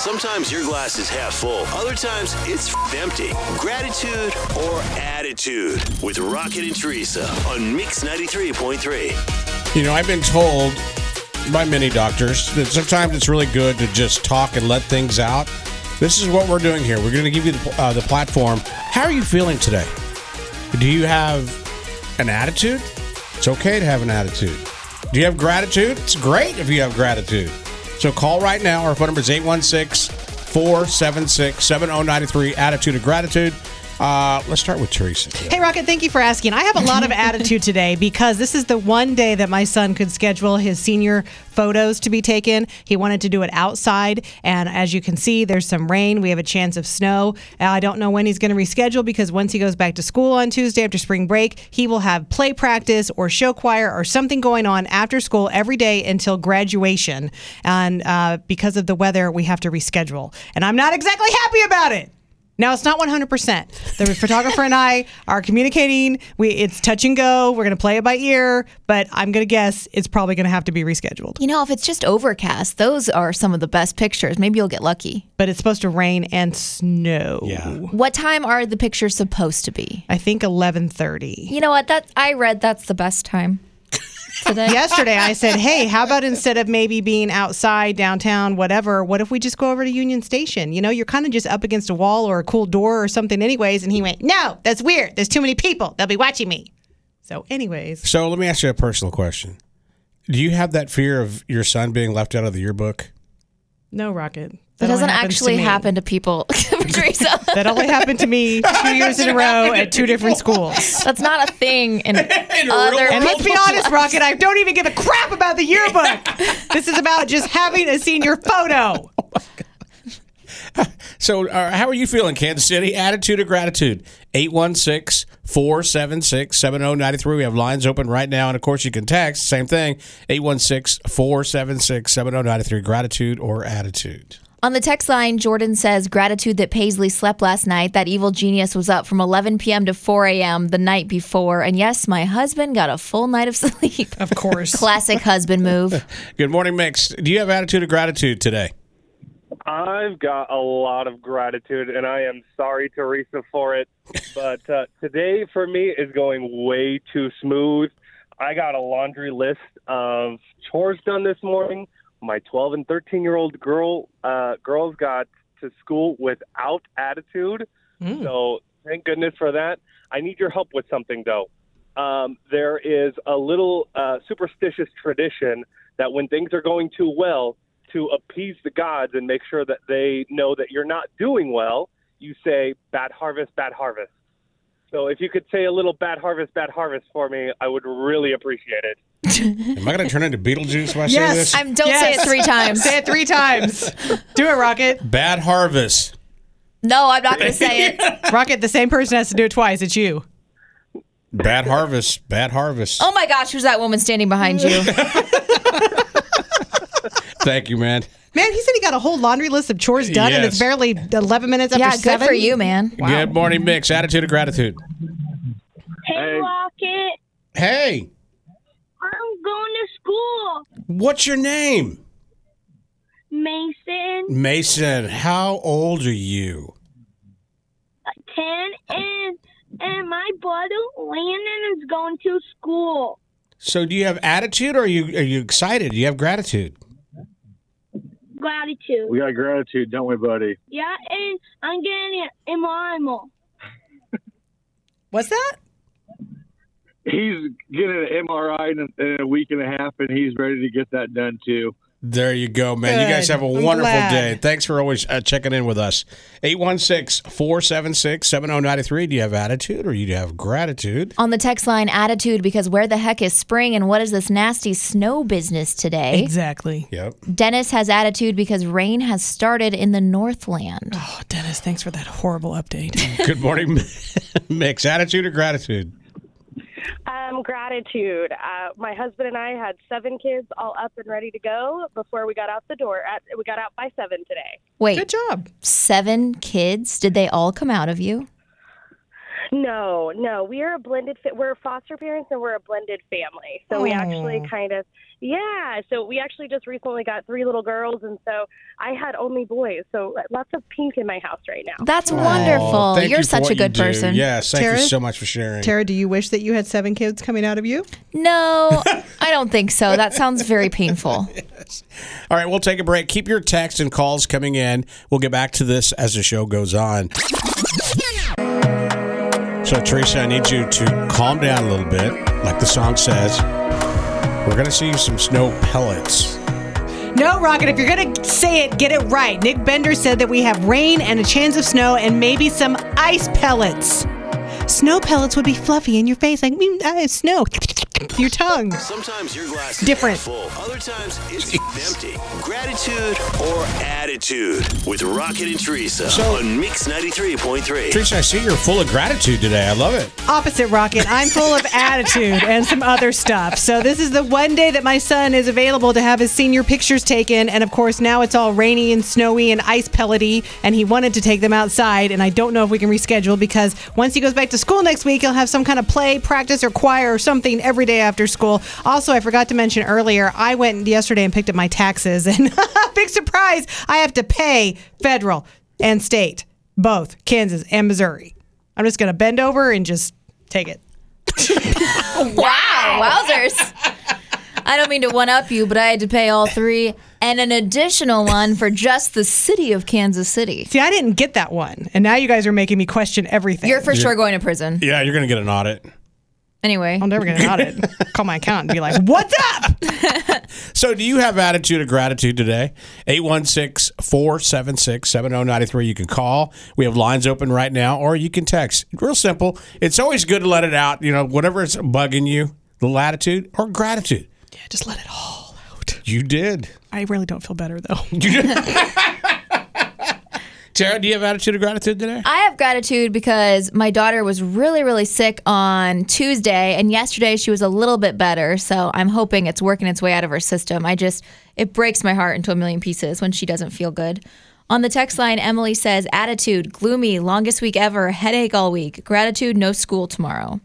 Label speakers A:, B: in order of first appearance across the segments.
A: Sometimes your glass is half full, other times it's f- empty. Gratitude or attitude with Rocket and Teresa on Mix 93.3.
B: You know, I've been told by many doctors that sometimes it's really good to just talk and let things out. This is what we're doing here. We're going to give you the, uh, the platform. How are you feeling today? Do you have an attitude? It's okay to have an attitude. Do you have gratitude? It's great if you have gratitude. So call right now. Our phone number is 816 476 7093. Attitude of gratitude. Uh, let's start with Teresa.
C: Hey, Rocket, thank you for asking. I have a lot of attitude today because this is the one day that my son could schedule his senior photos to be taken. He wanted to do it outside, and as you can see, there's some rain. We have a chance of snow. Uh, I don't know when he's going to reschedule because once he goes back to school on Tuesday after spring break, he will have play practice or show choir or something going on after school every day until graduation. And uh, because of the weather, we have to reschedule. And I'm not exactly happy about it. Now it's not 100%. The photographer and I are communicating. We it's touch and go. We're going to play it by ear, but I'm going to guess it's probably going to have to be rescheduled.
D: You know, if it's just overcast, those are some of the best pictures. Maybe you'll get lucky.
C: But it's supposed to rain and snow.
B: Yeah.
D: What time are the pictures supposed to be?
C: I think 11:30.
D: You know what? That I read that's the best time today.
C: Yesterday I said, "Hey, how about instead of maybe being outside downtown whatever, what if we just go over to Union Station? You know, you're kind of just up against a wall or a cool door or something anyways." And he went, "No, that's weird. There's too many people. They'll be watching me." So anyways,
B: So let me ask you a personal question. Do you have that fear of your son being left out of the yearbook?
C: no rocket.
D: That
C: only
D: doesn't
C: happens to
D: actually
C: me.
D: happen to people, Teresa.
C: That only happened to me two years in a row at two different schools.
D: That's not a thing in, other
C: And let's be
D: people's
C: honest, Rocket, I don't even give a crap about the yearbook. This is about just having a senior photo.
B: So, uh, how are you feeling, Kansas City? Attitude of gratitude. 816 476 7093. We have lines open right now. And of course, you can text, same thing, 816 476 7093. Gratitude or attitude.
D: On the text line, Jordan says, Gratitude that Paisley slept last night. That evil genius was up from 11 p.m. to 4 a.m. the night before. And yes, my husband got a full night of sleep.
C: Of course.
D: Classic husband move.
B: Good morning, Mix. Do you have attitude of gratitude today?
E: I've got a lot of gratitude, and I am sorry, Teresa, for it. But uh, today for me is going way too smooth. I got a laundry list of chores done this morning. My 12 and 13 year old girl uh, girls got to school without attitude, so thank goodness for that. I need your help with something though. Um, there is a little uh, superstitious tradition that when things are going too well, to appease the gods and make sure that they know that you're not doing well, you say bad harvest, bad harvest. So if you could say a little bad harvest, bad harvest for me, I would really appreciate it.
B: Am I going to turn into Beetlejuice when I
C: Yes,
B: say this?
D: I'm, don't say
C: Yes.
D: it three times.
C: Say it three times. Do it, Rocket.
B: Bad harvest.
D: No, I'm not going to say it.
C: Rocket, the same person has to do it twice. It's you.
B: Bad harvest. Bad harvest.
D: Oh my gosh, who's that woman standing behind you?
B: Thank you, man.
C: Man, he said he got a whole laundry list of chores done, and
B: Yes.
C: it's barely 11 minutes after
D: yeah, good
C: seven.
D: for you, man.
B: Good morning, Mix. Attitude of gratitude.
F: Hey, Rocket,
B: Hey,
F: I'm going to school.
B: what's your name?
F: Mason,
B: Mason, how old are you?
F: 10, and and my brother Landon is going to school.
B: So do you have attitude or are you are you excited? Do you have gratitude?
F: Gratitude.
G: We got gratitude, don't we, buddy?
F: Yeah, and I'm getting an MRMO.
C: What's that?
G: He's getting an MRI in a, in a week and a half, and he's ready to get that done too.
B: There you go, man. You guys
C: Good.
B: have a
C: I'm
B: wonderful
C: glad.
B: day. Thanks for always uh, checking in with us. 816-476-7093. Do you have attitude or you have gratitude?
D: On the text line, attitude because where the heck is spring and what is this nasty snow business today?
C: Exactly.
B: Yep.
D: Dennis has attitude because rain has started in the Northland.
C: Oh, Dennis, thanks for that horrible update.
B: Good morning, Mix. Attitude or gratitude?
H: Um, gratitude. Uh, my husband and I had seven kids all up and ready to go before we got out the door. At, we got out by seven today.
D: Wait,
C: Good job.
D: seven kids? Did they all come out of you?
H: No, no, we are a blended. Fa- we're foster parents and we're a blended family. So we
D: Oh.
H: actually kind of, yeah. So we actually just recently got three little girls, and so I had only boys. So lots of pink in my house right now.
D: That's
B: Aw,
D: wonderful.
B: Oh, thank
D: Oh, You're
B: you for
D: such
B: what
D: a
B: you
D: good
B: do.
D: person.
B: Yes, thank
C: Tara?
B: you so much for sharing.
C: Tara, do you wish that you had seven kids coming out of you?
D: No, I don't think so. That sounds very painful.
B: All right, we'll take a break. Keep your texts and calls coming in. We'll get back to this as the show goes on. So, Teresa, I need you to calm down a little bit. Like the song says, we're going to see some snow pellets.
C: No, Rocket, if you're going to say it, get it right. Nick Bender said that we have rain and a chance of snow and maybe some ice pellets. Snow pellets would be fluffy in your face, like mm, uh, snow. Your tongue.
A: Sometimes your glass is
C: Different.
A: half full. Other times it's empty. Gratitude or attitude with Rocket and Teresa
B: So-
A: on Mix 93.3.
B: Teresa, I see you're full of gratitude today. I love it.
C: Opposite Rocket, I'm full of attitude and some other stuff. So, this is the one day that my son is available to have his senior pictures taken. And of course, now it's all rainy and snowy and ice pellety. And he wanted to take them outside. And I don't know if we can reschedule because once he goes back to school next week, he'll have some kind of play, practice, or choir or something every day after school. Also, I forgot to mention earlier, I went yesterday and picked up my taxes. And big surprise, I have to pay federal and state, both Kansas and Missouri. I'm just going to bend over and just take it.
D: Wow, wowzers. I don't mean to one up you, but I had to pay all three and an additional one for just the city of Kansas City.
C: See, I didn't get that one. And now you guys are making me question everything.
D: You're for sure going to prison.
B: Yeah, you're going to get an audit.
D: Anyway,
C: I'm never going to audit. Call my accountant and be like, what's up?
B: So, do you have attitude of gratitude today? 816 476 7093. You can call. We have lines open right now, or you can text. Real simple. It's always good to let it out. You know, whatever is bugging you, the latitude or gratitude.
C: Yeah, just let it all out.
B: You did.
C: I really don't feel better, though.
B: Tara, do you have attitude of gratitude today?
D: I have gratitude because my daughter was really, really sick on Tuesday, and yesterday she was a little bit better. So I'm hoping it's working its way out of her system. I just, it breaks my heart into a million pieces when she doesn't feel good. On the text line, Emily says, attitude, gloomy, longest week ever, headache all week, gratitude, no school tomorrow.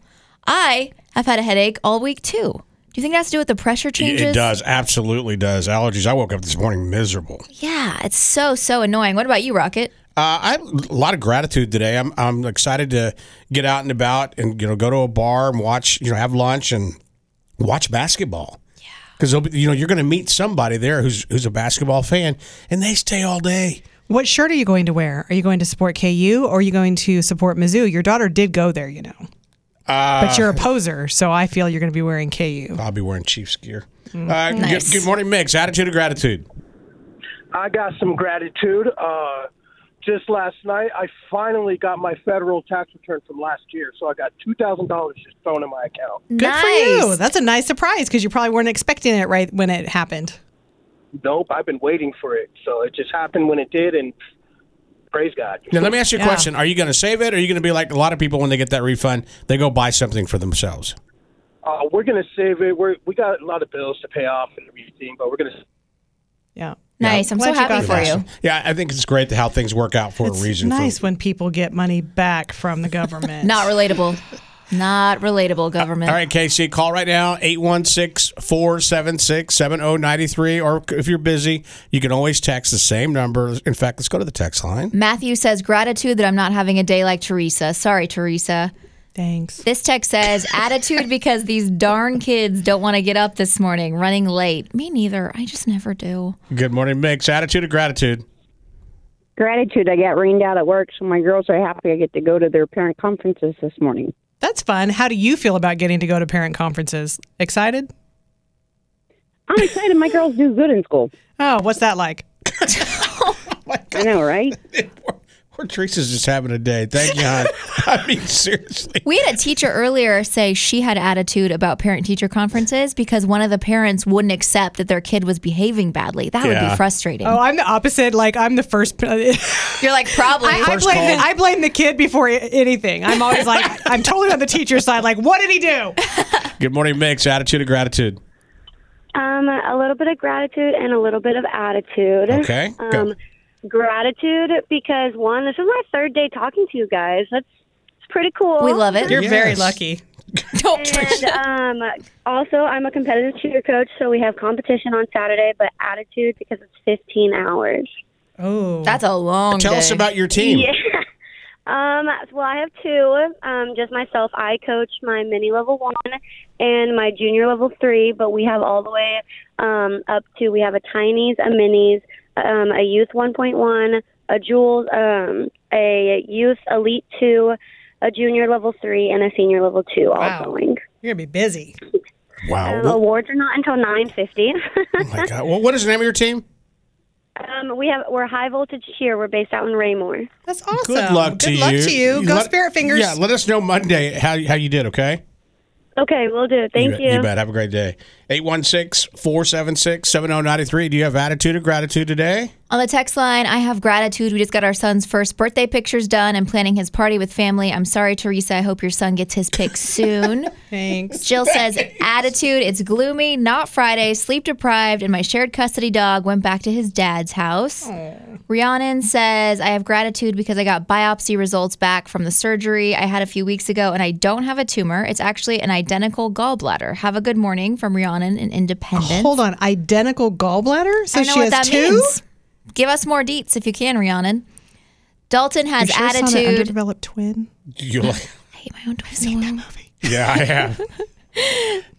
D: I have had a headache all week too. Do you think it has to do with the pressure changes?
B: It does. Absolutely does. Allergies. I woke up this morning miserable.
D: Yeah, it's so, so annoying. What about you, Rocket?
B: Uh, I a lot of gratitude today. I'm I'm excited to get out and about and you know go to a bar and watch you know have lunch and watch basketball. Yeah. Because you know you're going to meet somebody there who's who's a basketball fan and they stay all day.
C: What shirt are you going to wear? Are you going to support KU or are you going to support Mizzou? Your daughter did go there, you know. but you're a poser, so I feel you're going to be wearing KU.
B: Uh, I'll be wearing Chiefs gear.
C: Mm,
B: Uh, good-
D: Nice.
B: good, morning, Mix. Attitude of gratitude.
E: I got some gratitude. Uh, just last night, I finally got my federal tax return from last year, so I got two thousand dollars just thrown in my account.
C: Good for you.
D: Nice.
C: That's a nice surprise because you probably weren't expecting it right when it happened.
E: Nope, I've been waiting for it, so it just happened when it did, and praise God.
B: Now let me ask you a
C: Yeah.
B: question: Are you going to save it? Or are you going to be like a lot of people when they get that refund, they go buy something for themselves?
E: Uh, we're gonna save it. We're we got a lot of bills to pay off and everything, but we're gonna
C: Yeah.
D: Nice. I'm
C: Glad
D: so
C: you got
D: happy
C: it.
D: for you.
B: Yeah, I think it's great how things work out for
C: It's
B: a reason. for-
C: nice when people get money back from the government.
D: Not relatable. Not relatable, government.
B: All right, Casey, call right now 816 476 7093. Or if you're busy, you can always text the same number. In fact, let's go to the text line.
D: Matthew says, gratitude that I'm not having a day like Teresa. Sorry, Teresa.
C: Thanks.
D: This text says, attitude because these darn kids don't want to get up this morning, running late. Me neither. I just never do.
B: Good morning, Mix. Attitude of gratitude.
I: gratitude I got rained out at work, so my girls are happy I get to go to their parent conferences this morning.
C: That's fun. How do you feel about getting to go to parent conferences? Excited?
I: I'm excited my girls do good in school.
C: Oh, what's that like?
I: I know, right?
B: Poor Teresa's just having a day. Thank you, hon. I mean, seriously.
D: We had a teacher earlier say she had attitude about parent teacher conferences because one of the parents wouldn't accept that their kid was behaving badly. That would
B: Yeah.
D: be frustrating.
C: Oh, I'm the opposite. Like I'm the first. I,
D: You're like, probably.
C: I
B: First
C: blame the,
B: call.
C: I blame the kid before i- anything. I'm always like I'm totally on the teacher's side. Like what did he do?
B: Good morning, Mix. Attitude of gratitude.
F: Um, a little bit of gratitude and a little bit of attitude.
B: Okay, go.
F: Um, gratitude because one, this is my third day talking to you guys. That's
J: pretty cool.
D: We love it.
C: You're very lucky.
J: And um, also, I'm a competitive cheer coach, so we have competition on Saturday, but attitude because it's 15 hours.
C: Oh,
D: That's a long
B: Tell us
D: day.
B: about your team.
J: Yeah. Um, well, I have two. Um, just myself. I coach my mini level one and my junior level three, but we have all the way um, up to we have a tinies, a minis, um, a youth 1.1, a jewels, um, a youth elite two, a junior level three, and a senior level two
C: Wow.
J: all going.
C: You're going to be busy.
B: Wow.
J: Um,
B: What,
J: awards are not until 9:50.
B: oh my God. Well, what is the name of your team?
J: um, we have we're high voltage cheer. We're based out in Raymore.
C: That's awesome.
B: Good luck to
C: Good
B: you.
C: luck to you. Go
B: let-
C: Spirit Fingers.
B: Yeah, let us know Monday how, how you did, okay?
J: Okay, we'll do. Thank
B: bet-
J: you.
B: You bet. Have a great day. 816 476 7093. Do you have attitude or gratitude today?
D: On the text line, I have gratitude. We just got our son's first birthday pictures done and planning his party with family. I'm sorry, Teresa. I hope your son gets his pic soon.
C: Thanks.
D: Jill says, attitude, it's gloomy, not Friday, sleep deprived, and my shared custody dog went back to his dad's house. Rhiannon says, I have gratitude because I got biopsy results back from the surgery I had a few weeks ago, and I don't have a tumor. It's actually an identical gallbladder. Have a good morning from Rhiannon in Independence.
C: Hold on. Identical gallbladder? So
D: I know
C: she has
D: what that
C: two?
D: means. Give us more deets if you can, Rhiannon. Dalton has
C: You sure it's not an
D: attitude.
C: underdeveloped twin.
B: You like,
D: I hate my own twin.
B: yeah, I have.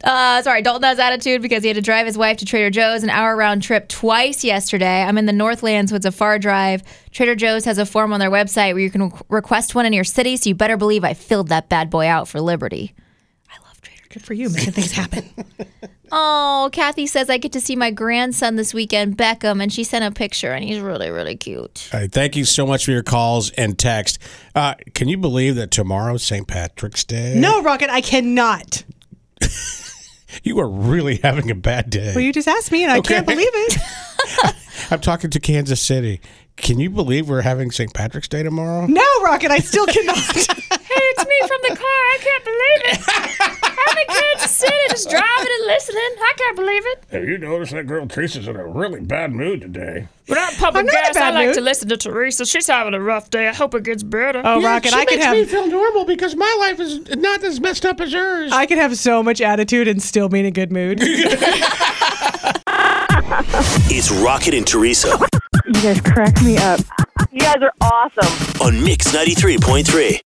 D: Uh, sorry, Dalton has attitude because he had to drive his wife to Trader Joe's an hour round trip twice yesterday. I'm in the Northlands, so it's a far drive. Trader Joe's has a form on their website where you can requ- request one in your city, so you better believe I filled that bad boy out for Liberty.
C: Good for you, making things happen.
D: Oh, Kathy says I get to see my grandson this weekend, Beckham, and she sent a picture, and he's really, really cute.
B: All right, thank you so much for your calls and text. Uh, can you believe that tomorrow's St. Patrick's Day?
C: no, Rocket, I cannot.
B: You are really having a bad day.
C: Well, you just asked me, and I can't
B: Okay.
C: believe it.
B: I'm talking to Kansas City. Can you believe we're having St. Patrick's Day tomorrow?
C: No, Rocket, I still cannot.
D: Hey, it's me from the car. I can't believe it. I'm in Kansas City, just driving and listening. I can't believe it.
K: Have you noticed that girl Teresa's in a really bad mood today?
L: Without pumping
C: I'm not in a
L: gas, I
C: bad
L: like
C: mood.
L: to listen to Teresa. She's having a rough day. I hope it gets better.
C: Oh, Rocket, I could have
B: feel normal because my life is not as messed up as yours.
C: I could have so much attitude and still be in a good mood.
A: It's Rocket and Teresa
I: You guys crack me up.
A: on Mix 93.3.